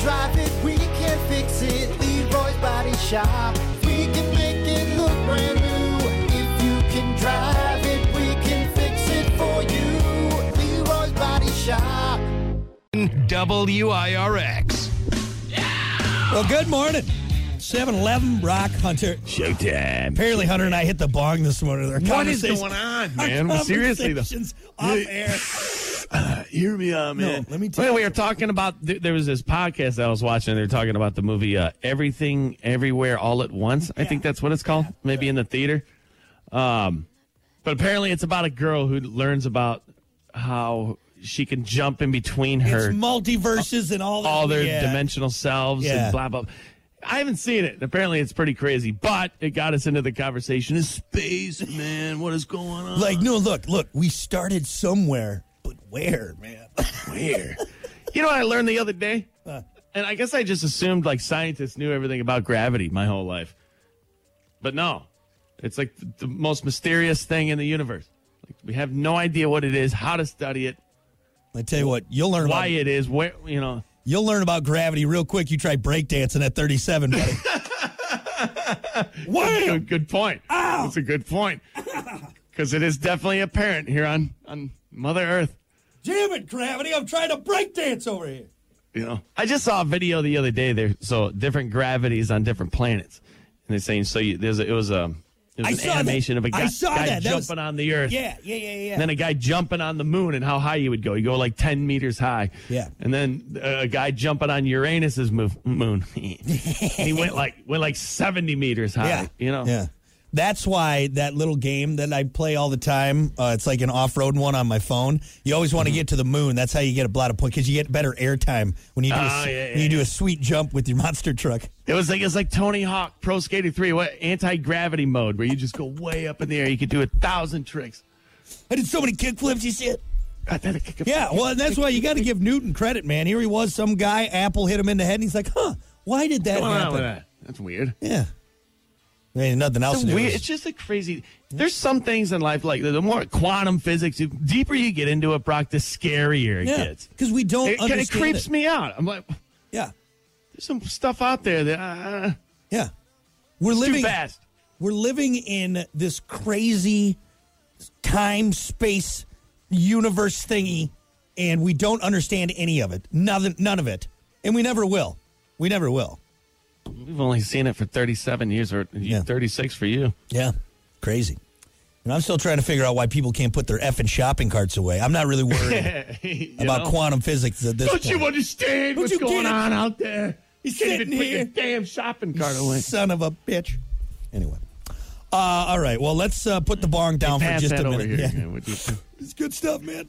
drive it, we can fix it. Leroy's Body Shop. We can make it look brand new. If you can drive it, we can fix it for you. Leroy's Body Shop. WIRX. Well, good morning. 7 Eleven, Brock Hunter. Showtime. Apparently, Hunter and I hit the bong this morning. Our What is conversations- going on, our man? Seriously, though. conversations Off Yeah. air. Hear me out, man. let me tell Well, we were talking about, th- there was this podcast that I was watching. They're talking about the movie uh, Everything, Everywhere, All at Once. I think that's what it's called, maybe in the theater. Um, but apparently, it's about a girl who learns about how she can jump in between It's her multiverses and all that. all their yeah. dimensional selves Yeah. and blah blah. I haven't seen it. Apparently, it's pretty crazy, but it got us into the conversation. Is space, man? What is going on? Like, no, look, look, we started somewhere, but where, man? where? you know what I learned the other day? And I guess I just assumed like scientists knew everything about gravity my whole life, but no, it's like the, the most mysterious thing in the universe. Like, we have no idea what it is, how to study it, I tell you what, you'll learn why about it is, where you know. you'll learn about gravity real quick. You try breakdancing at 37, buddy. Wham! Good, good point. That's a good point. Because it is definitely apparent here on, on Mother Earth. Damn it, gravity! I'm trying to breakdance over here. You know, I just saw a video the other day. There, so different gravities on different planets, and they're saying so. You, there's a, it was a it I was saw an that. animation of a guy, I saw guy that. That was- jumping on the Earth, Yeah, yeah, yeah, yeah. and then a guy jumping on the Moon, and how high you would go. You go like ten meters high. Yeah. and then uh, a guy jumping on Uranus's move, moon. he went like went like seventy meters high. Yeah. you know. Yeah. That's why that little game that I play all the time, uh, it's like an off road one on my phone. You always Mm-hmm. want to get to the moon. That's how you get a lot of points because you get better airtime when you, do a, Oh, yeah, when yeah, you do a sweet jump with your monster truck. It was like it's like Tony Hawk Pro Skater Three, what anti gravity mode where you just go way up in the air. You could do a thousand tricks. I did so many kickflips, you shit. I did a kick- Yeah, well, that's why you got to give Newton credit, man. Here he was, some guy, Apple hit him in the head, and he's like, huh, why did that What's going on with happen? that? That's weird. Yeah. There ain't nothing else It's, to do. weird. it's just a crazy. There's some things in life like the more quantum physics, the deeper you get into it, Brock, the scarier it yeah, gets. because we don't It, kinda understand creeps it. me out. I'm like, there's Yeah, some stuff out there that uh, yeah. We're it's living too fast. we're living in this crazy time space universe thingy and we don't understand any of it none, none of it and we never will we never will We've only seen it for 37 years or Yeah. 36 for you. yeah crazy and i'm still trying to figure out why people can't put their effing shopping carts away i'm not really worried You about know? quantum physics at this Don't point you understand Don't what's you get going it? on out there? He's Can't even sitting put your here. damn shopping cart away. son of a bitch anyway uh, all right well let's uh, put the bong down for Pass just that a over minute here. Yeah. man, would you? It's good stuff, man.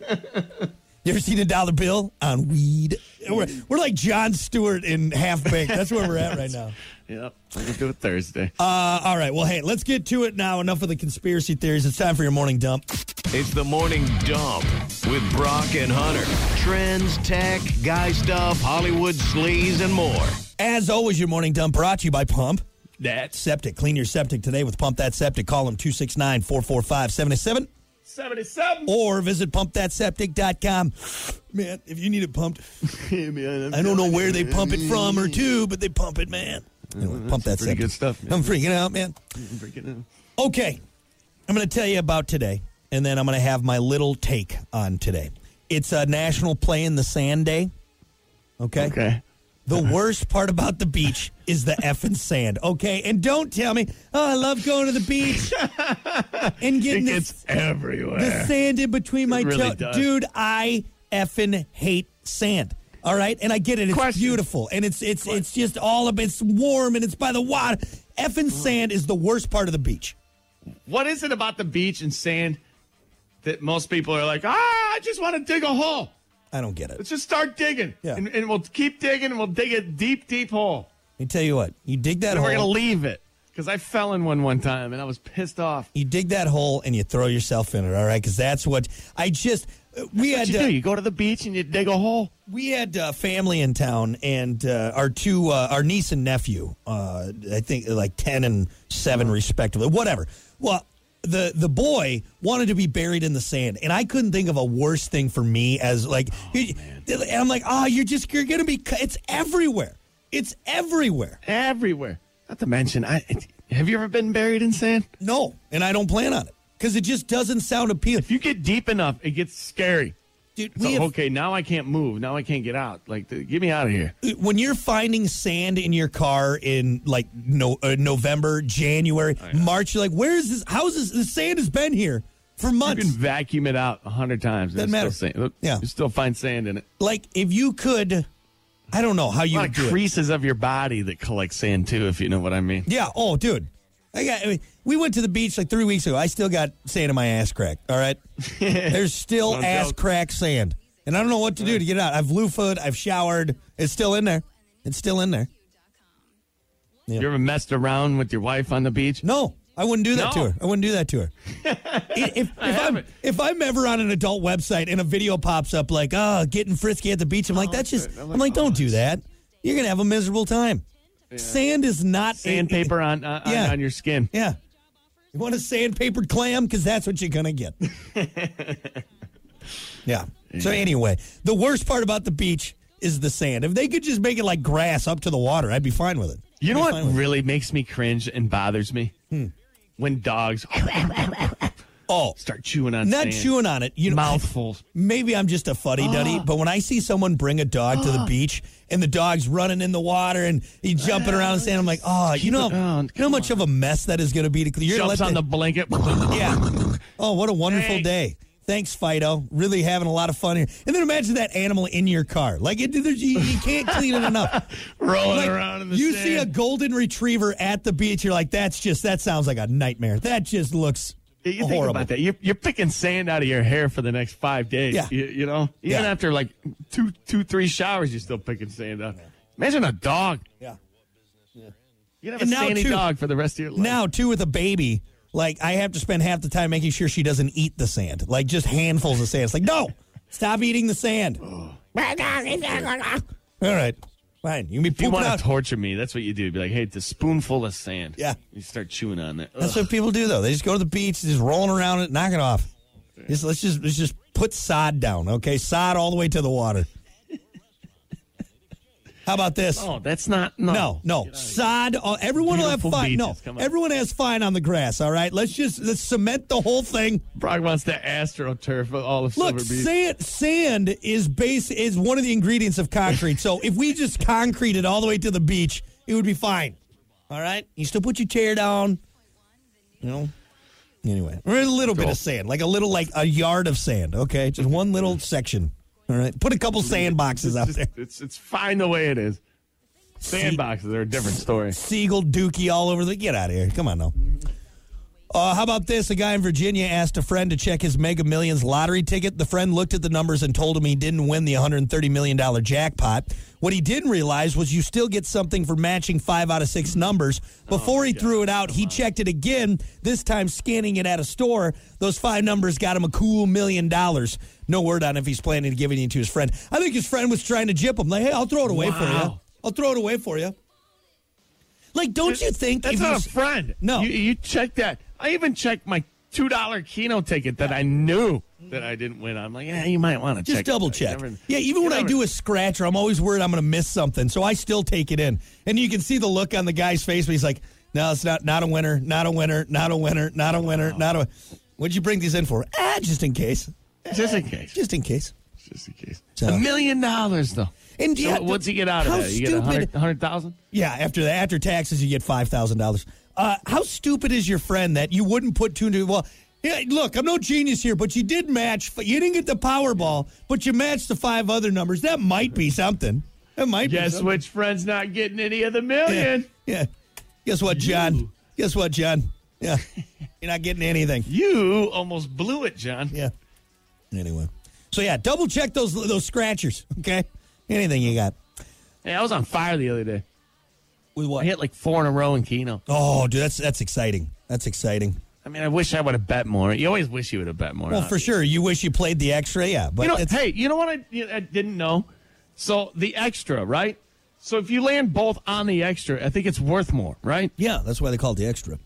you ever seen a dollar bill on weed? We're, we're like John Stewart in Half Baked. That's where we're at right now. Yep, we'll do it Thursday. Uh, all right. Well, hey, let's get to it now. Enough of the conspiracy theories. It's time for your morning dump. It's the morning dump with Brock and Hunter. Trends, tech, guy stuff, Hollywood sleaze, and more. As always, your morning dump brought to you by Pump That's Septic. Clean your septic today with Pump That Septic. Call them 269 445 77 77. or visit pumpthatseptic.com. Man, if you need it pumped, I don't know where they pump it from or to, but they pump it, man. Anyway, pump that pretty septic. good stuff, Mm-hmm, man. I'm freaking out, man. Okay. I'm going to tell you about today, and then I'm going to have my little take on today. It's a National Play in the Sand Day. Okay. Okay. The worst part about the beach is the effing sand. Okay. And don't tell me, oh, I love going to the beach and It getting this, gets everywhere. the sand in between my It really toe- does. Dude, I effing hate sand. All right, and I get it. It's Question. beautiful, and it's it's it's just all of it's warm, and it's by the water. Mm. Effing sand is the worst part of the beach. what is it about the beach and sand that most people are like, ah, I just want to dig a hole. I don't get it. Let's just start digging. Yeah. And, and we'll keep digging and we'll dig a deep, deep hole. Let me tell you what. You dig that And we're going to hole. leave it. Because I fell in one one time and I was pissed off. you dig that hole and you throw yourself in it. All right, because that's what I just we What had. you uh, do? You go to the beach and you dig a hole? we had uh, family in town, and uh, our two, uh, our niece and nephew, uh, I think like ten and Uh-huh. seven respectively, whatever. Well, the the Oh, boy wanted to be buried in the sand, and I couldn't think of a worse thing for me as like, he- And I'm like, oh, you're just you're gonna be. cu- It's everywhere. It's everywhere. everywhere. Not to mention, I have you ever been buried in sand? No, and I don't plan on it because it just doesn't sound appealing. If you get deep enough, it gets scary. Dude, It's we like, have- okay, now I can't move. Now I can't get out. Like, th- get me out of here. when you're finding sand in your car in like no uh, November, January, Oh, March, you're like, where is this? How is this? The sand has been here for You months. can vacuum it out a hundred times. and Doesn't it's matter. Still sand. Look, Yeah. you still find sand in it. like if you could, I don't know how A you lot would of do it. creases of your body that collect sand too, if you know what I mean. Yeah. Oh, dude. I got. I mean, we went to the beach like three weeks ago. I still got sand in my ass crack. All right. There's still No ass joke. crack sand, and I don't know what to do to get it out. I've loofahed. I've showered. It's still in there. It's still in there. Yeah. You ever messed around with your wife on the beach? No, I wouldn't do that No. to her. I wouldn't do that to her. I- if, if, I'm, haven't. if I'm ever on an adult website and a video pops up like, oh, getting frisky at the beach, I'm like, that's just, Oh, good. I'm like, I'm like, don't do that. You're going to have a miserable time. Sand is not a- Sandpaper on on, Yeah. on your skin. yeah. You want a sandpapered clam? Because that's what you're going to get. yeah. So, anyway, the worst part about the beach is the sand. If they could just make it like grass up to the water, I'd be fine with it. You know I'd be what fine with it. Hmm. really makes me cringe and bothers me? When dogs Oh, start chewing on not sand. chewing on it. You know, mouthfuls. maybe I'm just a fuddy Ah. duddy, but when I see someone bring a dog to the beach and the dog's running in the water and he's jumping around and saying, I'm like, oh, you know, it down. you know how much of a mess that is going to be to clean. You're gonna Jumps let on the that- blanket. yeah. Oh, what a wonderful Hey. day. Thanks, Fido. Really having a lot of fun here. And then imagine that animal in your car. Like, it, there's- you, you can't clean it enough. rolling Like, around in the you sand. see a golden retriever at the beach, you're like, that's just, that sounds like a nightmare. That just looks Yeah, you think horrible. about that. You're, you're picking sand out of your hair for the next five days. Yeah. You, you know, even Yeah. after like two, two, three showers, you're still picking sand up. Imagine a dog. Yeah. You can have And a now, sandy too- dog for the rest of your life. now too with a baby like i have to spend half the time making sure she doesn't eat the sand like just handfuls of sand it's like no stop eating the sand all right fine you can be if you pooping want out to torture me, that's what you do. Be like, hey, it's a spoonful of sand. Yeah. You start chewing on that. that's Ugh. what people do though they just go to the beach just rolling around it knock it off just, let's just let's just put sod down okay sod all the way to the water how about this Oh, that's not. No. No, no. Sod. all- everyone will have Beautiful fine. No, beaches, come on. everyone has fine on the grass. All right, let's just let's cement the whole thing. Brock wants to astroturf all of Look, Silver Beach. sand, sand is base is one of the ingredients of concrete. so if we just concrete it all the way to the beach, it would be fine. All right, you still put your chair down. You know. Anyway, or a little bit Cool. of sand, like a little, like a yard of sand. Okay, just one little section. All right, put a couple sandboxes out Just- there. It's, it's fine the way it is. Sandboxes are a different story. Siegel, Dookie, all over the. Get out of here! Come on now. Uh, how about this? A guy in Virginia asked a friend to check his Mega Millions lottery ticket. The friend looked at the numbers and told him he didn't win the $130 million jackpot. What he didn't realize was you still get something for matching five out of six numbers. Before he threw it out, he checked it again, this time scanning it at a store. Those five numbers got him a cool million dollars. No word on if he's planning to give it to his friend. I think his friend was trying to jip him. Like, hey, I'll throw it away for you. Wow. I'll throw it away for you. Like, don't you think That's if you not s- a friend. No. You, you check that. I even checked my $2 Keno ticket that I knew that I didn't win. I'm like, yeah, you might want to check. Just it. double You check. never- yeah, even you when I never- do a scratcher, I'm always worried I'm going to miss something, so I still take it in. And you can see the look on the guy's face, but he's like, "No, it's not. Not a winner. Not a winner. Not a winner. Not a winner. Not a." What'd you bring these in for? Ah, just in case. Just in case. Just in case. Just in case. So- a million dollars, though. And So yeah, what's he get out of how that? You get a stupid- hundred- a hundred thousand? Yeah, after the after taxes, you get five thousand dollars. Uh, how stupid is your friend that you wouldn't put two and two? Well, yeah, look, I'm no genius here, but you did match. You didn't get the Powerball, but you matched the five other numbers. That might be something. That might be Guess something. which friend's not getting any of the Yeah. million? yeah. Guess what, John? Guess what, John? Yeah. You're not getting anything. You almost blew it, John. Yeah. Anyway. So yeah, double check those those scratchers, okay? Anything you got. Hey, I was on fire the other day. With I what? hit like four in a row in Keno. Oh, dude, that's that's exciting. That's exciting. I mean, I wish I would have bet more. You always wish you would have bet more. Well, huh? for sure. You wish you played the X-ray, yeah. But You know, it's, hey, you know what I, you- I didn't know? So the extra, right? So if you land both on the extra, I think it's worth more, right? yeah, that's why they call it the extra.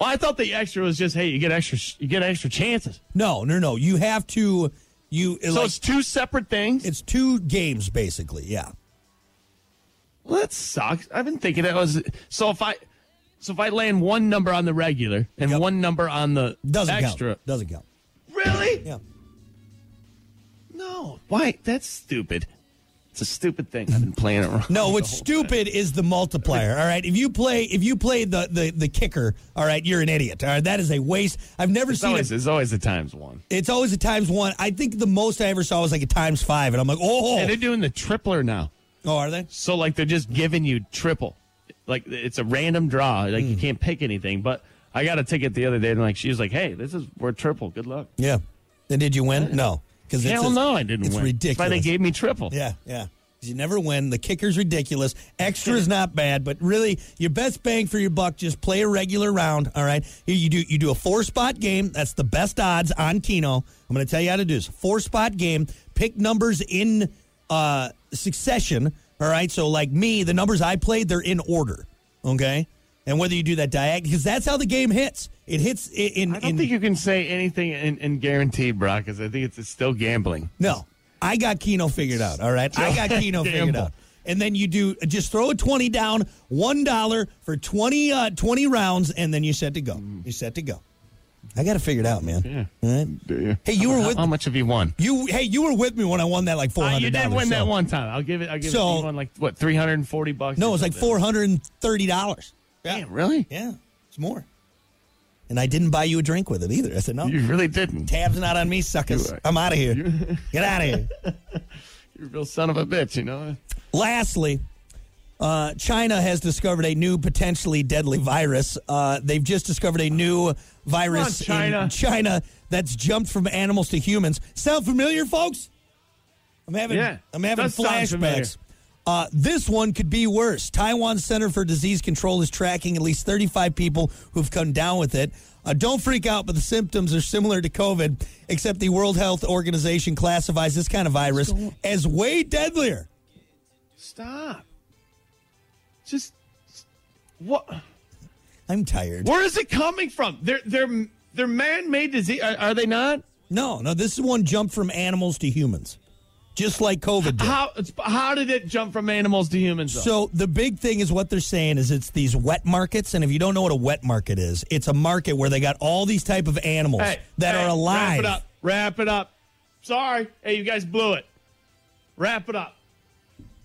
Well, I thought the extra was just hey, you get extra, you get extra chances. No, no, no. You have to You So it's two separate things. it's two games basically. Yeah. Well, that sucks. I've been thinking that was so if I so if I land one number on the regular and Yep. one number on the Doesn't extra. count. Doesn't count. Really? Yeah. No. Why? That's stupid. It's a stupid thing. I've been playing it wrong. No, the what's whole stupid is the multiplier. All right, if you play, if you play the the the kicker, all right, you're an idiot. All right, that is a waste. I've never It's seen always, it. it's always the times one. It's always a times one. I think the most I ever saw was like a times five, and I'm like, oh, And they're doing the tripler now. oh, are they? So like they're just giving you triple. Like it's a random draw. Like Hmm. you can't pick anything. But I got a ticket the other day and like she was like, "Hey, this is we're triple. Good luck." Yeah. And did you win? No, because Hell no, I didn't it's win. ridiculous. That's why they gave me triple. Yeah, yeah. 'Cause You never win. The kicker's ridiculous. Extra's not bad, but really, your best bang for your buck just play a regular round. All right, Here you do you do a four spot game. That's the best odds on Keno. I'm going to tell you how to do this. Four spot game. Pick numbers in uh, succession. All right, so like me, the numbers I played they're in order. Okay, and whether you do that diagonal because that's how the game hits. It hits i- in. I don't in think you can say anything and, and guarantee, Brock, because I think it's, it's still gambling. No, I got Keno figured out. All right, I got Keno figured Gamble. out. And then you do just throw a twenty down, one dollar for 20, uh, 20 rounds, and then you're set to go. You're set to go. I got it figured out, man. Mm. Yeah. All right. Hey, you were How- with how much have you won? you. Hey, you were with me when I won that like four Uh, hundred. you did win that one time. I'll give it. I'll give So- it. You won like what, three hundred and forty bucks? No, or it was like something. four hundred and thirty dollars. Damn, really? Yeah, it's more. And I didn't buy you a drink with it either. I said no. You really didn't. Tab's not on me, suckers. You- I'm out of here. Get out of here. You're a real son of a bitch. You know. Lastly, uh, China has discovered a new potentially deadly virus. Uh, they've just discovered a new virus Come on, China. in China that's jumped from animals to humans. Sound familiar, folks? I'm having Yeah, I'm having does sound familiar. flashbacks. Uh, this one could be worse. Taiwan Center for Disease Control is tracking at least 35 people who've come down with it. Uh, don't freak out, but the symptoms are similar to COVID, except the World Health Organization classifies this kind of virus as way deadlier. Stop. Just what? I'm tired. Where is it coming from? They're they're they're man-made disease. Are, are they not? No, no, this is one jumped from animals to humans, just like COVID did. How it's- how did it jump from animals to humans? though? So the big thing is what they're saying is it's these wet markets, and if you don't know what a wet market is, it's a market where they got all these type of animals Hey, that hey, are Wrap alive. it up. Wrap it up. Sorry. Hey, you guys blew it. Wrap it up.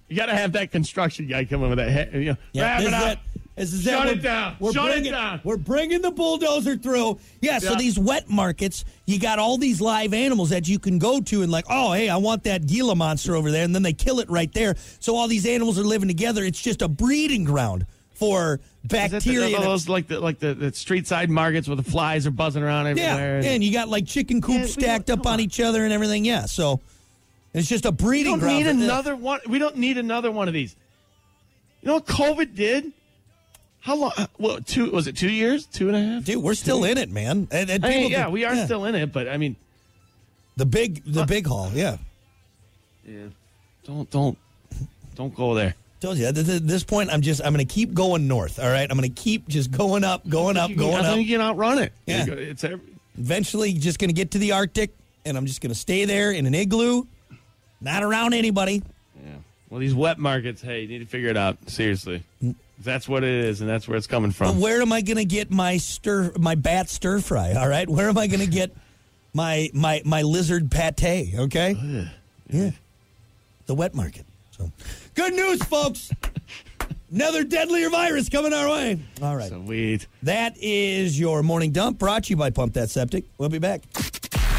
You got to have that construction guy come over that. Head, you know, Yeah, wrap this it is up. this is Shut we're- it down. We're Shut it bringing, down. We're bringing the bulldozer through. Yeah, so Yeah. these wet markets, you got all these live animals that you can go to and like, oh, hey, I want that Gila monster over there, and then they kill it right there. So all these animals are living together. It's just a breeding ground for Is bacteria. that the, and- those like the like the, the street side markets where the flies are buzzing around everywhere? Yeah, and you got like chicken Yeah, coops we stacked don't- up come on, on. each other and everything. Yeah, so it's just a breeding we don't ground. need for this. another one. We don't need another one of these. You know what COVID did? How long? Well, two was it two years? Two and a half? Dude, we're still in it, man. And, and I mean, people yeah, do- we are still in it, but I mean, the big, the big haul. Yeah, don't don't don't go there. told you. At th- th- this point, I'm just, I'm going to keep going north. All right, I'm going to keep just going up, going up, You can- going I up. think you can outrun it. Yeah. It's every, Eventually, just going to get to the Arctic, and I'm just going to stay there in an igloo, not around anybody. yeah. Well, these wet markets, hey, you need to figure it out. Seriously. Mm. That's what it is, and that's where it's coming But from. where am I going to get my stir, my bat stir fry? All right, where am I going to get my my my lizard pate? Okay, Oh, yeah, the wet market. So, good news, folks. Another deadlier virus coming our way. All right, Sweet. that is your morning dump brought to you by Pump That Septic. We'll be back.